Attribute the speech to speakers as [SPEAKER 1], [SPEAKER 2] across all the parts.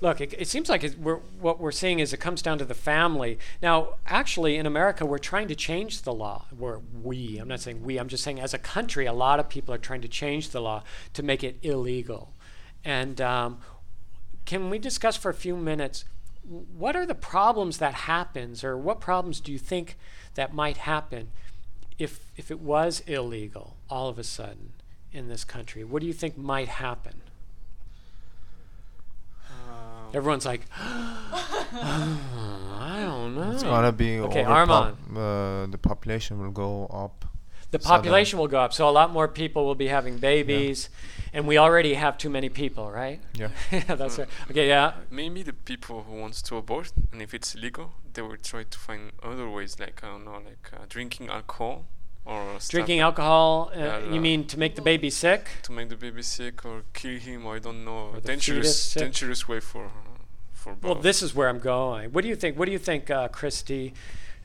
[SPEAKER 1] look, it, it seems like it, we're, what we're seeing is it comes down to the family. Now, actually, in America, we're trying to change the law. We're we. I'm not saying we. I'm just saying as a country, a lot of people are trying to change the law to make it illegal. And um, can we discuss for a few minutes what are the problems that happens, or what problems do you think that might happen if if it was illegal all of a sudden in this country? What do you think might happen? Everyone's like, I don't know.
[SPEAKER 2] It's gonna be
[SPEAKER 1] Hmm. Okay,
[SPEAKER 2] overpop-
[SPEAKER 1] Armand.
[SPEAKER 2] uh, the population will go up.
[SPEAKER 1] the
[SPEAKER 2] Southern.
[SPEAKER 1] population will go up, so a lot more people will be having babies, and we already have too many people, right?
[SPEAKER 2] Yeah.
[SPEAKER 1] that's right. Okay, yeah.
[SPEAKER 3] Maybe the people who wants to abort, and if it's legal, they will try to find other ways, like I don't know, like uh, drinking alcohol or stuff
[SPEAKER 1] Drinking alcohol, uh,
[SPEAKER 3] Yeah,
[SPEAKER 1] you
[SPEAKER 3] uh,
[SPEAKER 1] mean to make the baby sick?
[SPEAKER 3] to make the baby sick or kill him. Or I don't know,
[SPEAKER 1] Or the fetus
[SPEAKER 3] dangerous,
[SPEAKER 1] sick.
[SPEAKER 3] dangerous way for for both.
[SPEAKER 1] Well, this is where I'm going. What do you think? What do you think, uh, Christy?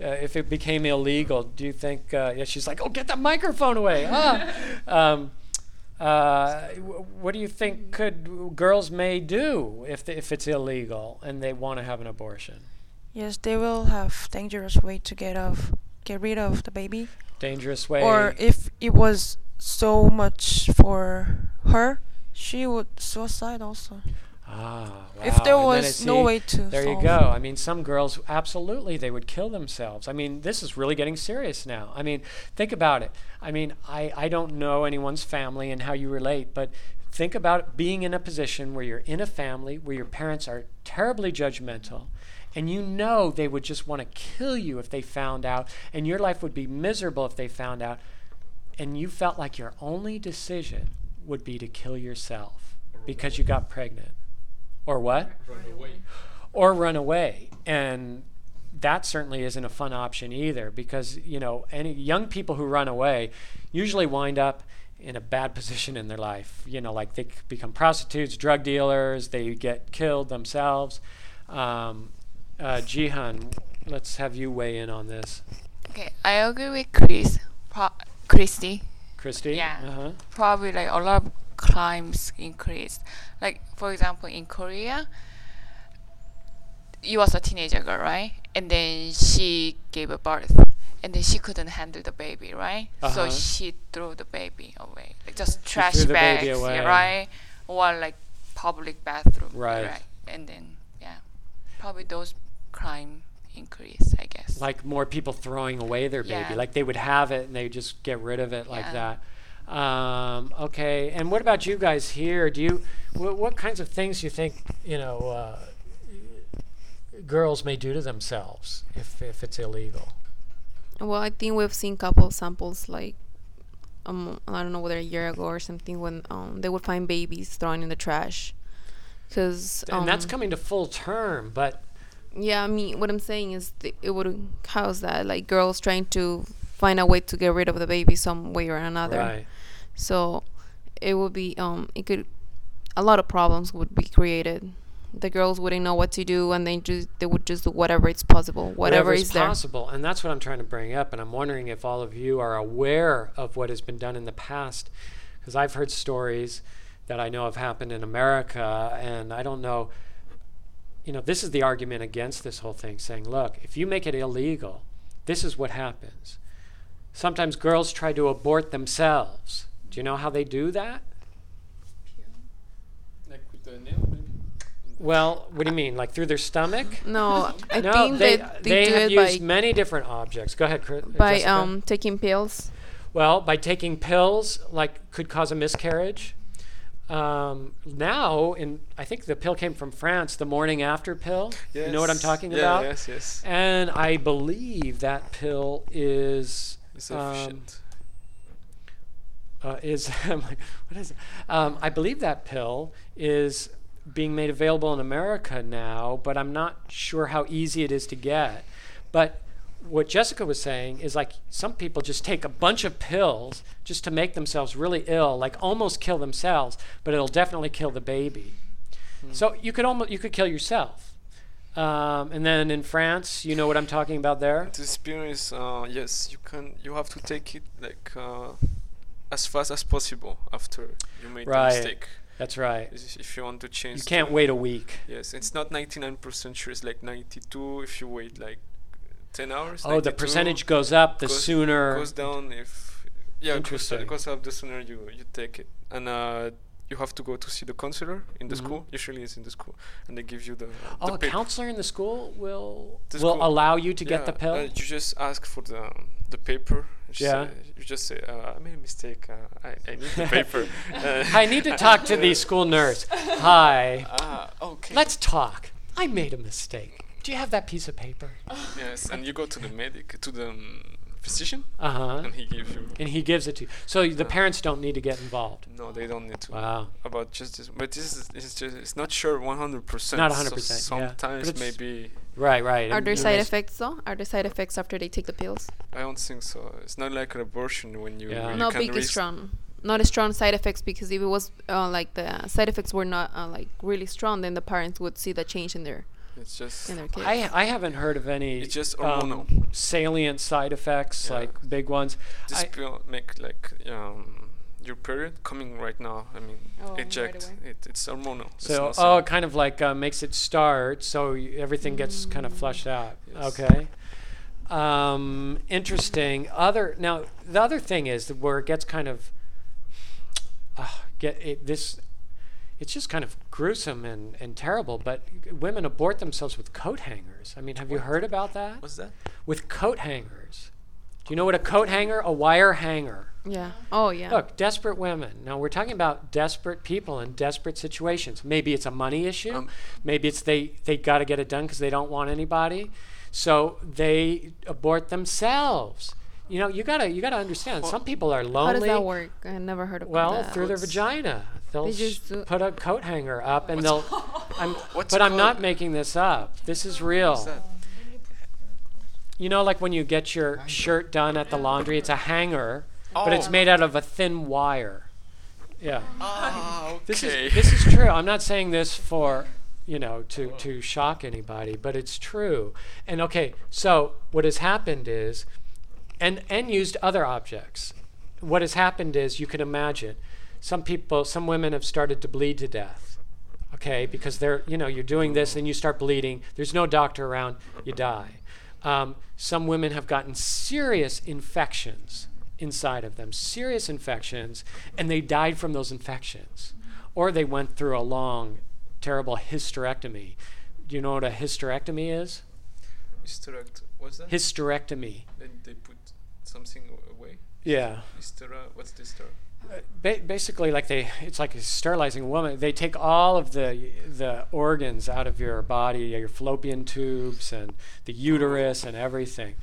[SPEAKER 1] Uh, if it became illegal, do you think? Uh, yeah, she's like, "Oh, get that microphone away!" Ah. um, uh, w- what do you think could girls may do if the, if it's illegal and they want to have an abortion?
[SPEAKER 4] Yes, they will have dangerous way to get off, get rid of the baby.
[SPEAKER 1] Dangerous way.
[SPEAKER 4] Or if it was so much for her, she would suicide also.
[SPEAKER 1] Ah, wow.
[SPEAKER 4] If there
[SPEAKER 1] And then
[SPEAKER 4] was
[SPEAKER 1] it's
[SPEAKER 4] no
[SPEAKER 1] the-
[SPEAKER 4] way to
[SPEAKER 1] There you
[SPEAKER 4] solve.
[SPEAKER 1] go. I mean, some girls absolutely they would kill themselves. I mean, this is really getting serious now. I mean, think about it. I mean, I I don't know anyone's family and how you relate, but think about being in a position where you're in a family where your parents are terribly judgmental and you know they would just want to kill you if they found out and your life would be miserable if they found out and you felt like your only decision would be to kill yourself because you got pregnant or what or run away and that certainly isn't a fun option either because you know any young people who run away usually wind up in a bad position in their life you know like they c- become prostitutes drug dealers they get killed themselves um, uh, jihan let's have you weigh in on this
[SPEAKER 5] Okay, I agree with Chris. Pro- Christy.
[SPEAKER 1] christy
[SPEAKER 5] Yeah.
[SPEAKER 1] uh-huh.
[SPEAKER 5] Probably like a lot of crimes increased. Like for example, in Korea, you was a teenager girl, right? And then she gave a birth, and then she couldn't handle the baby, right?
[SPEAKER 1] Uh-huh.
[SPEAKER 5] So she threw the baby away, like just
[SPEAKER 1] threw
[SPEAKER 5] trash
[SPEAKER 1] the
[SPEAKER 5] bags,
[SPEAKER 1] baby
[SPEAKER 5] yeah,
[SPEAKER 1] away.
[SPEAKER 5] right? Or like public bathroom,
[SPEAKER 1] Right.
[SPEAKER 5] And then yeah, probably those crime increase, I guess.
[SPEAKER 1] like more people throwing away their baby
[SPEAKER 5] Yeah.
[SPEAKER 1] like they would have it and they just get rid of it like
[SPEAKER 5] Yeah.
[SPEAKER 1] that um, okay and what about you guys here do you wh- what kinds of things you think you know uh, girls may do to themselves if, if it's illegal
[SPEAKER 6] Well, I think we've seen couple samples like um I don't know whether a year ago or something when um they would find babies thrown in the trash. Cause
[SPEAKER 1] and
[SPEAKER 6] um,
[SPEAKER 1] that's coming to full term but
[SPEAKER 6] yeah, I mean what I'm saying is th- it would cause that like girls trying to find a way to get rid of the baby some way or another.
[SPEAKER 1] right
[SPEAKER 6] So it would be um it could a lot of problems would be created. The girls wouldn't know what to do and they just they would just do whatever it's possible, whatever,
[SPEAKER 1] Whatever's
[SPEAKER 6] is there.
[SPEAKER 1] possible and that's what i'm trying to bring up and i'm wondering if all of you are aware of what has been done in the past because i've heard stories that i know have happened in america and i don't know you know this is the argument against this whole thing saying look if you make it illegal this is what happens sometimes girls try to abort themselves do you know how they do that
[SPEAKER 3] like with the nail, maybe.
[SPEAKER 1] well what do you mean like through their stomach
[SPEAKER 6] No, I
[SPEAKER 1] no,
[SPEAKER 6] think
[SPEAKER 1] they,
[SPEAKER 6] that
[SPEAKER 1] they
[SPEAKER 6] they, do
[SPEAKER 1] have
[SPEAKER 6] it
[SPEAKER 1] used
[SPEAKER 6] by
[SPEAKER 1] many different objects. Go ahead, Chris.
[SPEAKER 6] by
[SPEAKER 1] Jessica.
[SPEAKER 6] um taking pills.
[SPEAKER 1] Well, by taking pills, like could cause a miscarriage. Um, now, in I think the pill came from France, the morning after pill. You know what I'm
[SPEAKER 3] Yes.
[SPEAKER 1] talking
[SPEAKER 3] Yeah,
[SPEAKER 1] about?
[SPEAKER 3] Yes, yes.
[SPEAKER 1] And I believe that pill is
[SPEAKER 3] It's
[SPEAKER 1] um,
[SPEAKER 3] efficient.
[SPEAKER 1] uh, is I'm like, what is it? Um, I believe that pill is being made available in America now, but I'm not sure how easy it is to get. But what Jessica was saying is like some people just take a bunch of pills just to make themselves really ill, like almost kill themselves, but it'll definitely kill the baby. So you could almost you could kill yourself. Um, and then in France, you know what I'm talking about there.
[SPEAKER 3] This pill is uh, yes, you can. You have to take it like uh, as fast as possible after you made
[SPEAKER 1] Right.
[SPEAKER 3] the mistake.
[SPEAKER 1] That's right.
[SPEAKER 3] This is- If you want to change,
[SPEAKER 1] You
[SPEAKER 3] to-
[SPEAKER 1] can't wait a week.
[SPEAKER 3] Yes, it's not 99% sure. It's like 92 if you wait like 10 hours.
[SPEAKER 1] Oh, the
[SPEAKER 3] 92
[SPEAKER 1] percentage goes up the
[SPEAKER 3] goes-
[SPEAKER 1] sooner.
[SPEAKER 3] goes down if yeah, it goes, down-
[SPEAKER 1] Interesting.
[SPEAKER 3] it goes up the sooner you you take it, and uh, you have to go to see the counselor in the
[SPEAKER 1] Mhm.
[SPEAKER 3] school. Usually, it's in the school, and they give you the
[SPEAKER 1] Oh,
[SPEAKER 3] the
[SPEAKER 1] a
[SPEAKER 3] pill.
[SPEAKER 1] counselor in the school will
[SPEAKER 3] The
[SPEAKER 1] will
[SPEAKER 3] school-
[SPEAKER 1] allow you to
[SPEAKER 3] Yeah,
[SPEAKER 1] get the pill.
[SPEAKER 3] Uh, you just ask for the the paper. You just
[SPEAKER 1] Yeah.
[SPEAKER 3] say- you just say uh, I made a mistake. Uh, I, I need the paper. Uh,
[SPEAKER 1] I need to talk to the school nurse. Hi.
[SPEAKER 3] Ah, okay.
[SPEAKER 1] Let's talk. I made a mistake. Do you have that piece of paper?
[SPEAKER 3] Yes, and you go to the medic to the um, physician,
[SPEAKER 1] Uh huh.
[SPEAKER 3] and he gives you.
[SPEAKER 1] And he gives it to you. So the
[SPEAKER 3] Uh.
[SPEAKER 1] parents don't need to get involved.
[SPEAKER 3] No, they don't need to.
[SPEAKER 1] Wow.
[SPEAKER 3] About just this, but this is it's just it's not sure 100. percent
[SPEAKER 1] Not 100%, yeah.
[SPEAKER 3] Sometimes
[SPEAKER 1] But it's-
[SPEAKER 3] maybe
[SPEAKER 1] Right, right.
[SPEAKER 6] Are
[SPEAKER 1] and
[SPEAKER 6] there
[SPEAKER 1] you
[SPEAKER 6] side
[SPEAKER 1] risk-
[SPEAKER 6] effects though? Are there side effects after they take the pills?
[SPEAKER 3] I don't think so. It's not like an abortion when you,
[SPEAKER 1] Yeah.
[SPEAKER 3] you
[SPEAKER 6] not
[SPEAKER 3] can
[SPEAKER 6] big
[SPEAKER 3] risk-
[SPEAKER 6] strong. Not as strong side effects because if it was uh, like the side effects were not uh, like really strong, then the parents would see the change in their
[SPEAKER 3] It's just
[SPEAKER 6] in their kids.
[SPEAKER 1] I, I haven't heard of any
[SPEAKER 3] It's just
[SPEAKER 1] um,
[SPEAKER 3] hormonal.
[SPEAKER 1] salient side effects
[SPEAKER 3] Yeah.
[SPEAKER 1] like big ones.
[SPEAKER 3] this
[SPEAKER 1] I-
[SPEAKER 3] will make like um, your period coming right now. I mean,
[SPEAKER 6] Oh, right
[SPEAKER 3] eject.
[SPEAKER 6] away.
[SPEAKER 3] it, it's hormonal. It's
[SPEAKER 1] So,
[SPEAKER 3] not
[SPEAKER 1] oh,
[SPEAKER 3] some-
[SPEAKER 1] it kind of like uh, makes it start, so y- everything gets kind of flushed out.
[SPEAKER 3] Yes.
[SPEAKER 1] Okay. Um, interesting. Other now, the other thing is that where it gets kind of uh, get it, this. It's just kind of gruesome and, and terrible. But women abort themselves with coat hangers. I mean, have you heard about that?
[SPEAKER 3] What's that?
[SPEAKER 1] With coat hangers. Do you know what a coat hanger? A wire hanger.
[SPEAKER 6] yeah. Oh yeah.
[SPEAKER 1] Look, desperate women. Now we're talking about desperate people in desperate situations. Maybe it's a money issue.
[SPEAKER 3] Um,
[SPEAKER 1] Maybe it's they they got to get it done because they don't want anybody. So they abort themselves. You know, you gotta you gotta understand.
[SPEAKER 3] Well,
[SPEAKER 1] Some people are
[SPEAKER 6] How
[SPEAKER 1] lonely.
[SPEAKER 6] does that work? I never heard of
[SPEAKER 1] Well,
[SPEAKER 6] that.
[SPEAKER 1] through their
[SPEAKER 3] What's-
[SPEAKER 1] vagina, they'll
[SPEAKER 6] They
[SPEAKER 1] sh-
[SPEAKER 6] just uh, do-
[SPEAKER 1] put a coat hanger up, and they'll.
[SPEAKER 3] What's-
[SPEAKER 1] I'm,
[SPEAKER 3] What's
[SPEAKER 1] but I'm not
[SPEAKER 3] called-
[SPEAKER 1] making this up. This is real.
[SPEAKER 3] What's that?
[SPEAKER 1] You know, like when you get your shirt done at the laundry, it's a hanger, but it's
[SPEAKER 3] Oh.
[SPEAKER 1] made out of a thin wire. Yeah.
[SPEAKER 3] Ah, okay.
[SPEAKER 1] This is this is true. I'm not saying this for you know to to shock anybody, but it's true. And okay, so what has happened is, and and used other objects. What has happened is you can imagine, some people, some women have started to bleed to death. Okay, because they're you know you're doing this and you start bleeding. There's no doctor around. You die. Um, some women have gotten serious infections inside of them, serious infections, and they died from those infections or they went through a long, terrible hysterectomy. Do you know what a hysterectomy is?
[SPEAKER 3] Hysterect. What's that?
[SPEAKER 1] Hysterectomy.
[SPEAKER 3] then they put something a- away.
[SPEAKER 1] Yeah.
[SPEAKER 3] Hystera. What's the hystera?
[SPEAKER 1] Ba- basically, like they, it's like sterilizing a woman. They take all of the the organs out of your body, your fallopian tubes and the uterus and everything,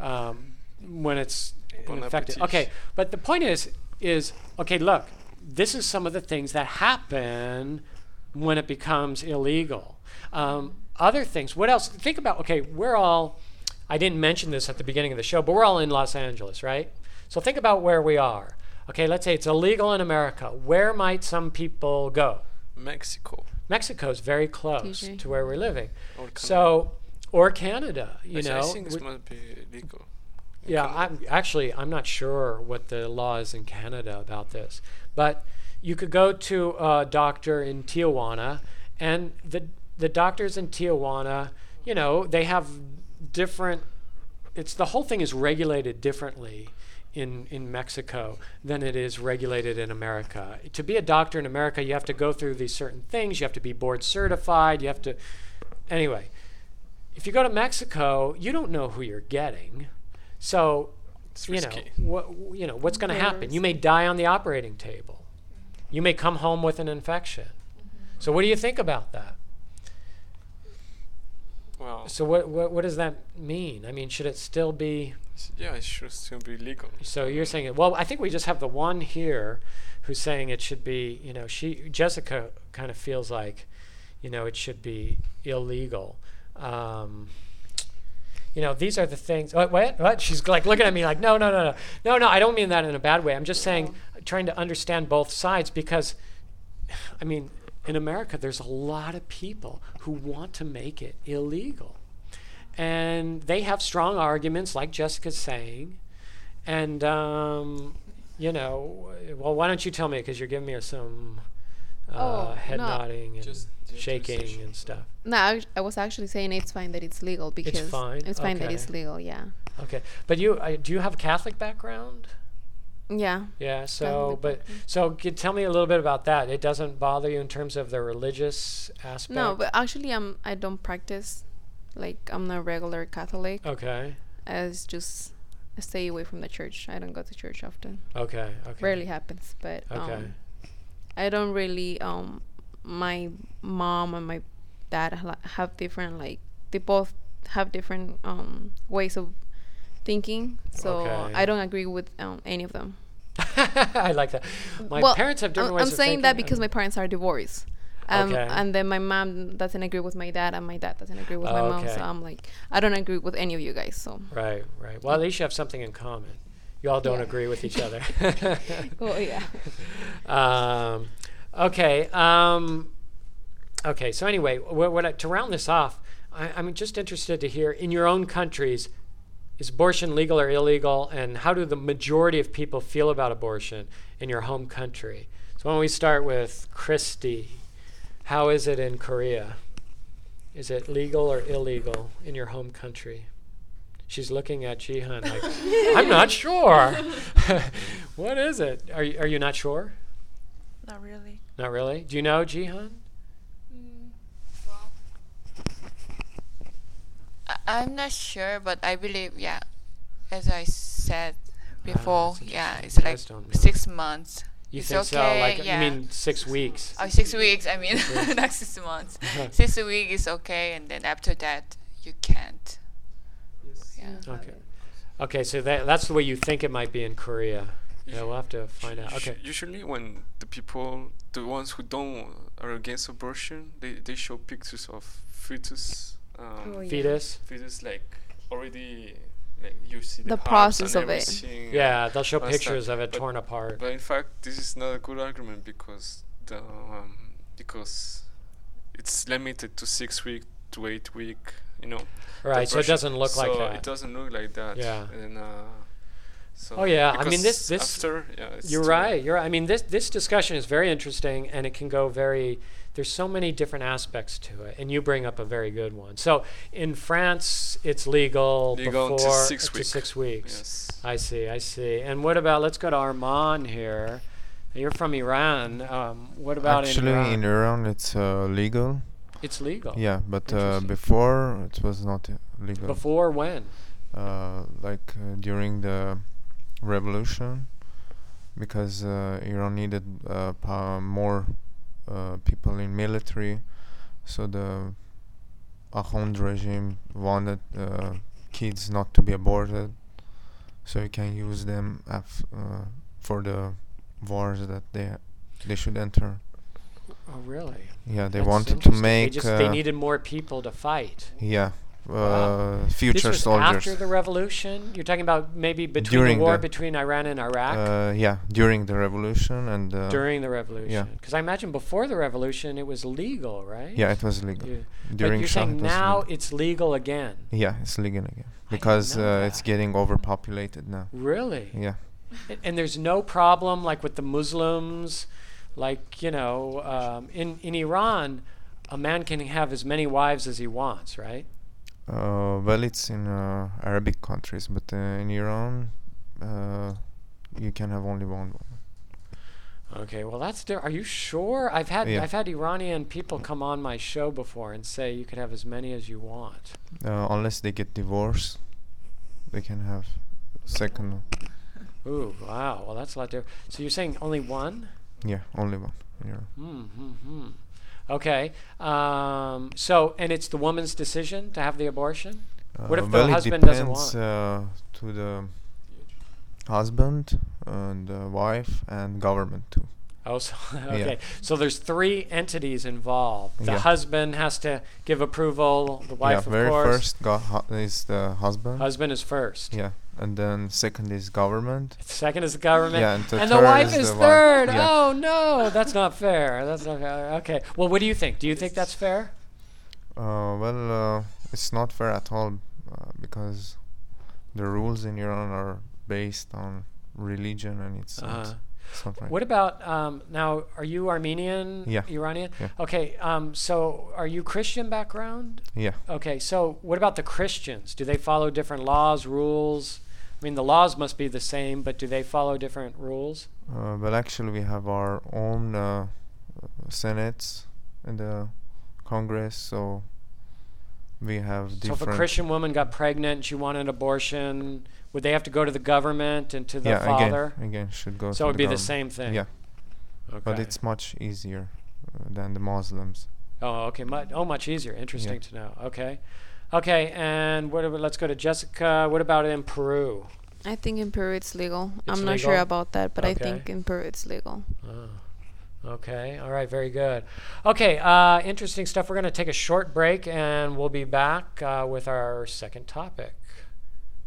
[SPEAKER 1] um, when it's
[SPEAKER 3] Bon
[SPEAKER 1] infected.
[SPEAKER 3] appetit.
[SPEAKER 1] Okay, but the point is, is okay. Look, this is some of the things that happen when it becomes illegal. Um, other things. What else? Think about. Okay, we're all. I didn't mention this at the beginning of the show, but we're all in Los Angeles, right? So think about where we are. Okay, let's say it's illegal in America. Where might some people go?
[SPEAKER 3] Mexico.
[SPEAKER 1] Mexico's very close
[SPEAKER 6] Usually.
[SPEAKER 1] to where we're living.
[SPEAKER 3] Or Canada.
[SPEAKER 1] So, or Canada, you
[SPEAKER 3] I, th-
[SPEAKER 1] know.
[SPEAKER 3] I think this
[SPEAKER 1] we-
[SPEAKER 3] must be legal. in
[SPEAKER 1] yeah,
[SPEAKER 3] Canada.
[SPEAKER 1] I'm, actually, I'm not sure what the law is in Canada about this, but you could go to a doctor in Tijuana, and the the doctors in Tijuana, you know, they have different. It's the whole thing is regulated differently in in Mexico than it is regulated in America. To be a doctor in America, you have to go through these certain things. You have to be board certified. You have to, anyway. If you go to Mexico, you don't know who you're getting. So,
[SPEAKER 3] It's
[SPEAKER 1] you know,
[SPEAKER 3] risky.
[SPEAKER 1] what you know, what's going to
[SPEAKER 6] Very
[SPEAKER 1] happen? You may die on the operating table. You may come home with an infection. So, what do you think about that?
[SPEAKER 3] Wow.
[SPEAKER 1] So, what, what what does that mean? I mean, should it still be?
[SPEAKER 3] S- Yeah, it should still be legal.
[SPEAKER 1] So you're saying it? Well, I think we just have the one here who's saying it should be. You know, she Jessica kind of feels like, you know, it should be illegal. Um, you know, these are the things. What? What? what? She's like looking at me like, no, no, no, no, no, no. I don't mean that in a bad way. I'm just saying, trying to understand both sides because, I mean, in America, there's a lot of people who want to make it illegal, and they have strong arguments, like Jessica's saying, and um, you know, well, why don't you tell me because you're giving me some uh,
[SPEAKER 6] Oh,
[SPEAKER 1] head
[SPEAKER 6] no.
[SPEAKER 1] nodding and
[SPEAKER 3] Just the
[SPEAKER 1] shaking
[SPEAKER 3] authorization.
[SPEAKER 1] and stuff.
[SPEAKER 6] No, I, I was actually saying it's fine that it's legal because
[SPEAKER 1] fine?
[SPEAKER 6] It's fine that
[SPEAKER 1] Okay.
[SPEAKER 6] it's legal. Yeah,
[SPEAKER 1] Okay, but you uh, do you have a Catholic background?
[SPEAKER 6] yeah.
[SPEAKER 1] Yeah. So,
[SPEAKER 6] Catholic
[SPEAKER 1] but so g- tell me a little bit about that. It doesn't bother you in terms of the religious aspect.
[SPEAKER 6] No, but actually, I'm I don't practice. Like I'm not a regular Catholic.
[SPEAKER 1] okay,
[SPEAKER 6] I was just I stay away from the church. I don't go to church often.
[SPEAKER 1] okay, okay.
[SPEAKER 6] Rarely happens, but um,
[SPEAKER 1] Okay.
[SPEAKER 6] I don't really. Um, my mom and my dad ha- li- have different like they both have different um ways of thinking. So
[SPEAKER 1] Okay.
[SPEAKER 6] I don't agree with um, any of them.
[SPEAKER 1] I like that. My
[SPEAKER 6] Well,
[SPEAKER 1] parents have different
[SPEAKER 6] I'm,
[SPEAKER 1] ways
[SPEAKER 6] I'm
[SPEAKER 1] of
[SPEAKER 6] saying that
[SPEAKER 1] thinking.
[SPEAKER 6] because my parents are divorced. Um,
[SPEAKER 1] Okay.
[SPEAKER 6] And then my mom doesn't agree with my dad, and my dad doesn't agree with my mom.
[SPEAKER 1] Okay.
[SPEAKER 6] So I'm like, I don't agree with any of you guys. So,
[SPEAKER 1] Right, right. Well, at least you have something in common. You all don't
[SPEAKER 6] Yeah.
[SPEAKER 1] agree with each other.
[SPEAKER 6] well, yeah.
[SPEAKER 1] um, okay. Um, okay. So anyway, what, what I, to round this off, I, I'm just interested to hear in your own countries, is abortion legal or illegal, and how do the majority of people feel about abortion in your home country? So when we start with Christy, how is it in Korea? Is it legal or illegal in your home country? She's looking at Jihan like, I'm not sure. what is it? Are you, are you not sure?
[SPEAKER 4] Not really.
[SPEAKER 1] Not really. Do you know Jihan?
[SPEAKER 5] I- I'm not sure, but I believe, yeah, as I said before, yeah, it's
[SPEAKER 1] I
[SPEAKER 5] like
[SPEAKER 1] just don't know.
[SPEAKER 5] six months.
[SPEAKER 1] You
[SPEAKER 5] It's
[SPEAKER 1] think so?
[SPEAKER 5] okay,
[SPEAKER 1] Like
[SPEAKER 5] yeah.
[SPEAKER 1] you mean six weeks?
[SPEAKER 5] Oh, six weeks, I mean, not six months. six weeks is okay, and then after that, you can't. Yeah.
[SPEAKER 1] Okay. Okay, so that, that's the way you think it might be in Korea. Yeah, we'll have to find out.
[SPEAKER 3] Usu-
[SPEAKER 1] Okay.
[SPEAKER 3] Usually, when the people, the ones who don't are against abortion, they, they show pictures of fetus, um,
[SPEAKER 6] Oh, yeah.
[SPEAKER 1] Fetus.
[SPEAKER 3] fetus like already like you see the,
[SPEAKER 6] The
[SPEAKER 3] hearts
[SPEAKER 6] process
[SPEAKER 3] and
[SPEAKER 6] of it.
[SPEAKER 3] everything, and-
[SPEAKER 1] Yeah, they'll show
[SPEAKER 3] Well, it's
[SPEAKER 1] pictures
[SPEAKER 3] not-
[SPEAKER 1] of it
[SPEAKER 3] but-
[SPEAKER 1] torn apart.
[SPEAKER 3] But in fact, this is not a good argument because the um, because it's limited to six week to eight week. You know. the
[SPEAKER 1] Right, so it
[SPEAKER 3] version.
[SPEAKER 1] doesn't look like
[SPEAKER 3] So
[SPEAKER 1] that.
[SPEAKER 3] It doesn't look like that.
[SPEAKER 1] Yeah.
[SPEAKER 3] And, uh, so
[SPEAKER 1] Oh, yeah, I mean, this-
[SPEAKER 3] because
[SPEAKER 1] this-
[SPEAKER 3] after, yeah, it's
[SPEAKER 1] You're
[SPEAKER 3] too late.
[SPEAKER 1] right. You're. right. I mean, this this discussion is very interesting, and it can go very. There's so many different aspects to it, and you bring up a very good one. So in France, it's legal,
[SPEAKER 3] Legal
[SPEAKER 1] before
[SPEAKER 3] until six
[SPEAKER 1] to
[SPEAKER 3] weeks.
[SPEAKER 1] six weeks.
[SPEAKER 3] Yes.
[SPEAKER 1] I see. I see. And what about? Let's go to Arman here. You're from Iran. Um, what about
[SPEAKER 2] Actually,
[SPEAKER 1] in Iran?
[SPEAKER 2] in Iran it's uh, legal.
[SPEAKER 1] it's legal.
[SPEAKER 2] Yeah, but uh,
[SPEAKER 1] Interesting.
[SPEAKER 2] before it was not uh, legal.
[SPEAKER 1] Before when?
[SPEAKER 2] uh, like uh, during the revolution, because uh, Iran needed uh, pow- more uh, people in military, so the Ahond regime wanted uh, kids not to be aborted, so you can use them af- uh, for the wars that they they should enter.
[SPEAKER 1] Oh, really?
[SPEAKER 2] Yeah, they
[SPEAKER 1] That's
[SPEAKER 2] wanted to
[SPEAKER 1] interesting. They,
[SPEAKER 2] make
[SPEAKER 1] just,
[SPEAKER 2] uh,
[SPEAKER 1] they needed more people to fight.
[SPEAKER 2] yeah uh,
[SPEAKER 1] Wow.
[SPEAKER 2] future
[SPEAKER 1] this was
[SPEAKER 2] soldiers.
[SPEAKER 1] after the revolution. You're talking about maybe between
[SPEAKER 2] During
[SPEAKER 1] the war
[SPEAKER 2] the-
[SPEAKER 1] between Iran and Iraq.
[SPEAKER 2] Uh, yeah, during the revolution and uh,
[SPEAKER 1] during the revolution because i imagine before the revolution it was legal right
[SPEAKER 2] yeah, it was legal.
[SPEAKER 1] You-
[SPEAKER 2] During
[SPEAKER 1] but you're
[SPEAKER 2] Shah,
[SPEAKER 1] saying
[SPEAKER 2] it was
[SPEAKER 1] now
[SPEAKER 2] legal.
[SPEAKER 1] it's legal again
[SPEAKER 2] yeah, it's legal again
[SPEAKER 1] didn't
[SPEAKER 2] because
[SPEAKER 1] know
[SPEAKER 2] uh, it's
[SPEAKER 1] that. Mm.
[SPEAKER 2] getting overpopulated now.
[SPEAKER 1] really
[SPEAKER 2] Yeah,
[SPEAKER 1] A- and there's no problem like with the muslims like you know um, in, in iran a man can have as many wives as he wants right
[SPEAKER 2] uh, well, it's in uh, Arabic countries, but uh, in Iran, uh, you can have only one woman.
[SPEAKER 1] okay well that's di- are you sure i've had
[SPEAKER 2] Yeah.
[SPEAKER 1] i've had iranian people come on my show before and say you could have as many as you want
[SPEAKER 2] Uh, unless they get divorced, they can have second.
[SPEAKER 1] ooh wow well that's a lot different so you're saying only one
[SPEAKER 2] Yeah, only one. in Iran.
[SPEAKER 1] Mm-hmm. Okay. Um, so, and it's the woman's decision to have the abortion? What
[SPEAKER 2] Uh,
[SPEAKER 1] if the
[SPEAKER 2] well,
[SPEAKER 1] husband
[SPEAKER 2] it
[SPEAKER 1] doesn't
[SPEAKER 2] depends,
[SPEAKER 1] want?
[SPEAKER 2] Uh, to the husband and the wife and government too.
[SPEAKER 1] Oh, so, okay. So there's three entities involved. The
[SPEAKER 2] Yeah.
[SPEAKER 1] husband has to give approval. The wife,
[SPEAKER 2] yeah,
[SPEAKER 1] of
[SPEAKER 2] very
[SPEAKER 1] course.
[SPEAKER 2] first go- hu- is the husband.
[SPEAKER 1] Husband is first.
[SPEAKER 2] Yeah, and then second is government.
[SPEAKER 1] Second is the government.
[SPEAKER 2] Yeah, and the
[SPEAKER 1] and the
[SPEAKER 2] third
[SPEAKER 1] wife
[SPEAKER 2] is
[SPEAKER 1] is
[SPEAKER 2] the wife.
[SPEAKER 1] third.
[SPEAKER 2] Yeah.
[SPEAKER 1] Oh no, that's not fair. That's not fair. Okay. Well, what do you think? Do you think that's fair?
[SPEAKER 2] Uh, well, uh, it's not fair at all uh, because the rules in Iran are based on religion, and it's not.
[SPEAKER 1] Uh-huh.
[SPEAKER 2] something. like
[SPEAKER 1] What about um, now? Are you Armenian?
[SPEAKER 2] Yeah.
[SPEAKER 1] Iranian.
[SPEAKER 2] Yeah.
[SPEAKER 1] Okay. Um, so, are you Christian background?
[SPEAKER 2] Yeah.
[SPEAKER 1] Okay. So, what about the Christians? Do they follow different laws, rules? I mean, the laws must be the same, but do they follow different rules?
[SPEAKER 2] Uh, but actually, we have our own uh, senates and the Congress, so we have
[SPEAKER 1] So,
[SPEAKER 2] different.
[SPEAKER 1] if a Christian woman got pregnant and she wanted an abortion, would they have to go to the government and to the
[SPEAKER 2] yeah,
[SPEAKER 1] father?
[SPEAKER 2] again, again, should go.
[SPEAKER 1] So
[SPEAKER 2] to
[SPEAKER 1] it'd be the
[SPEAKER 2] government.
[SPEAKER 1] same thing.
[SPEAKER 2] Yeah,
[SPEAKER 1] Okay.
[SPEAKER 2] but it's much easier uh, than the Muslims.
[SPEAKER 1] Oh, okay. Much, oh, much easier. Interesting to know. Okay. Okay, and what about, let's go to Jessica. What about in Peru?
[SPEAKER 6] I think in Peru it's legal.
[SPEAKER 1] It's
[SPEAKER 6] I'm not sure
[SPEAKER 1] legal?
[SPEAKER 6] about that, but I
[SPEAKER 1] Okay.
[SPEAKER 6] think in Peru it's legal.
[SPEAKER 1] Oh, okay. All right. Very good. Okay. Uh, interesting stuff. We're going to take a short break and we'll be back uh, with our second topic.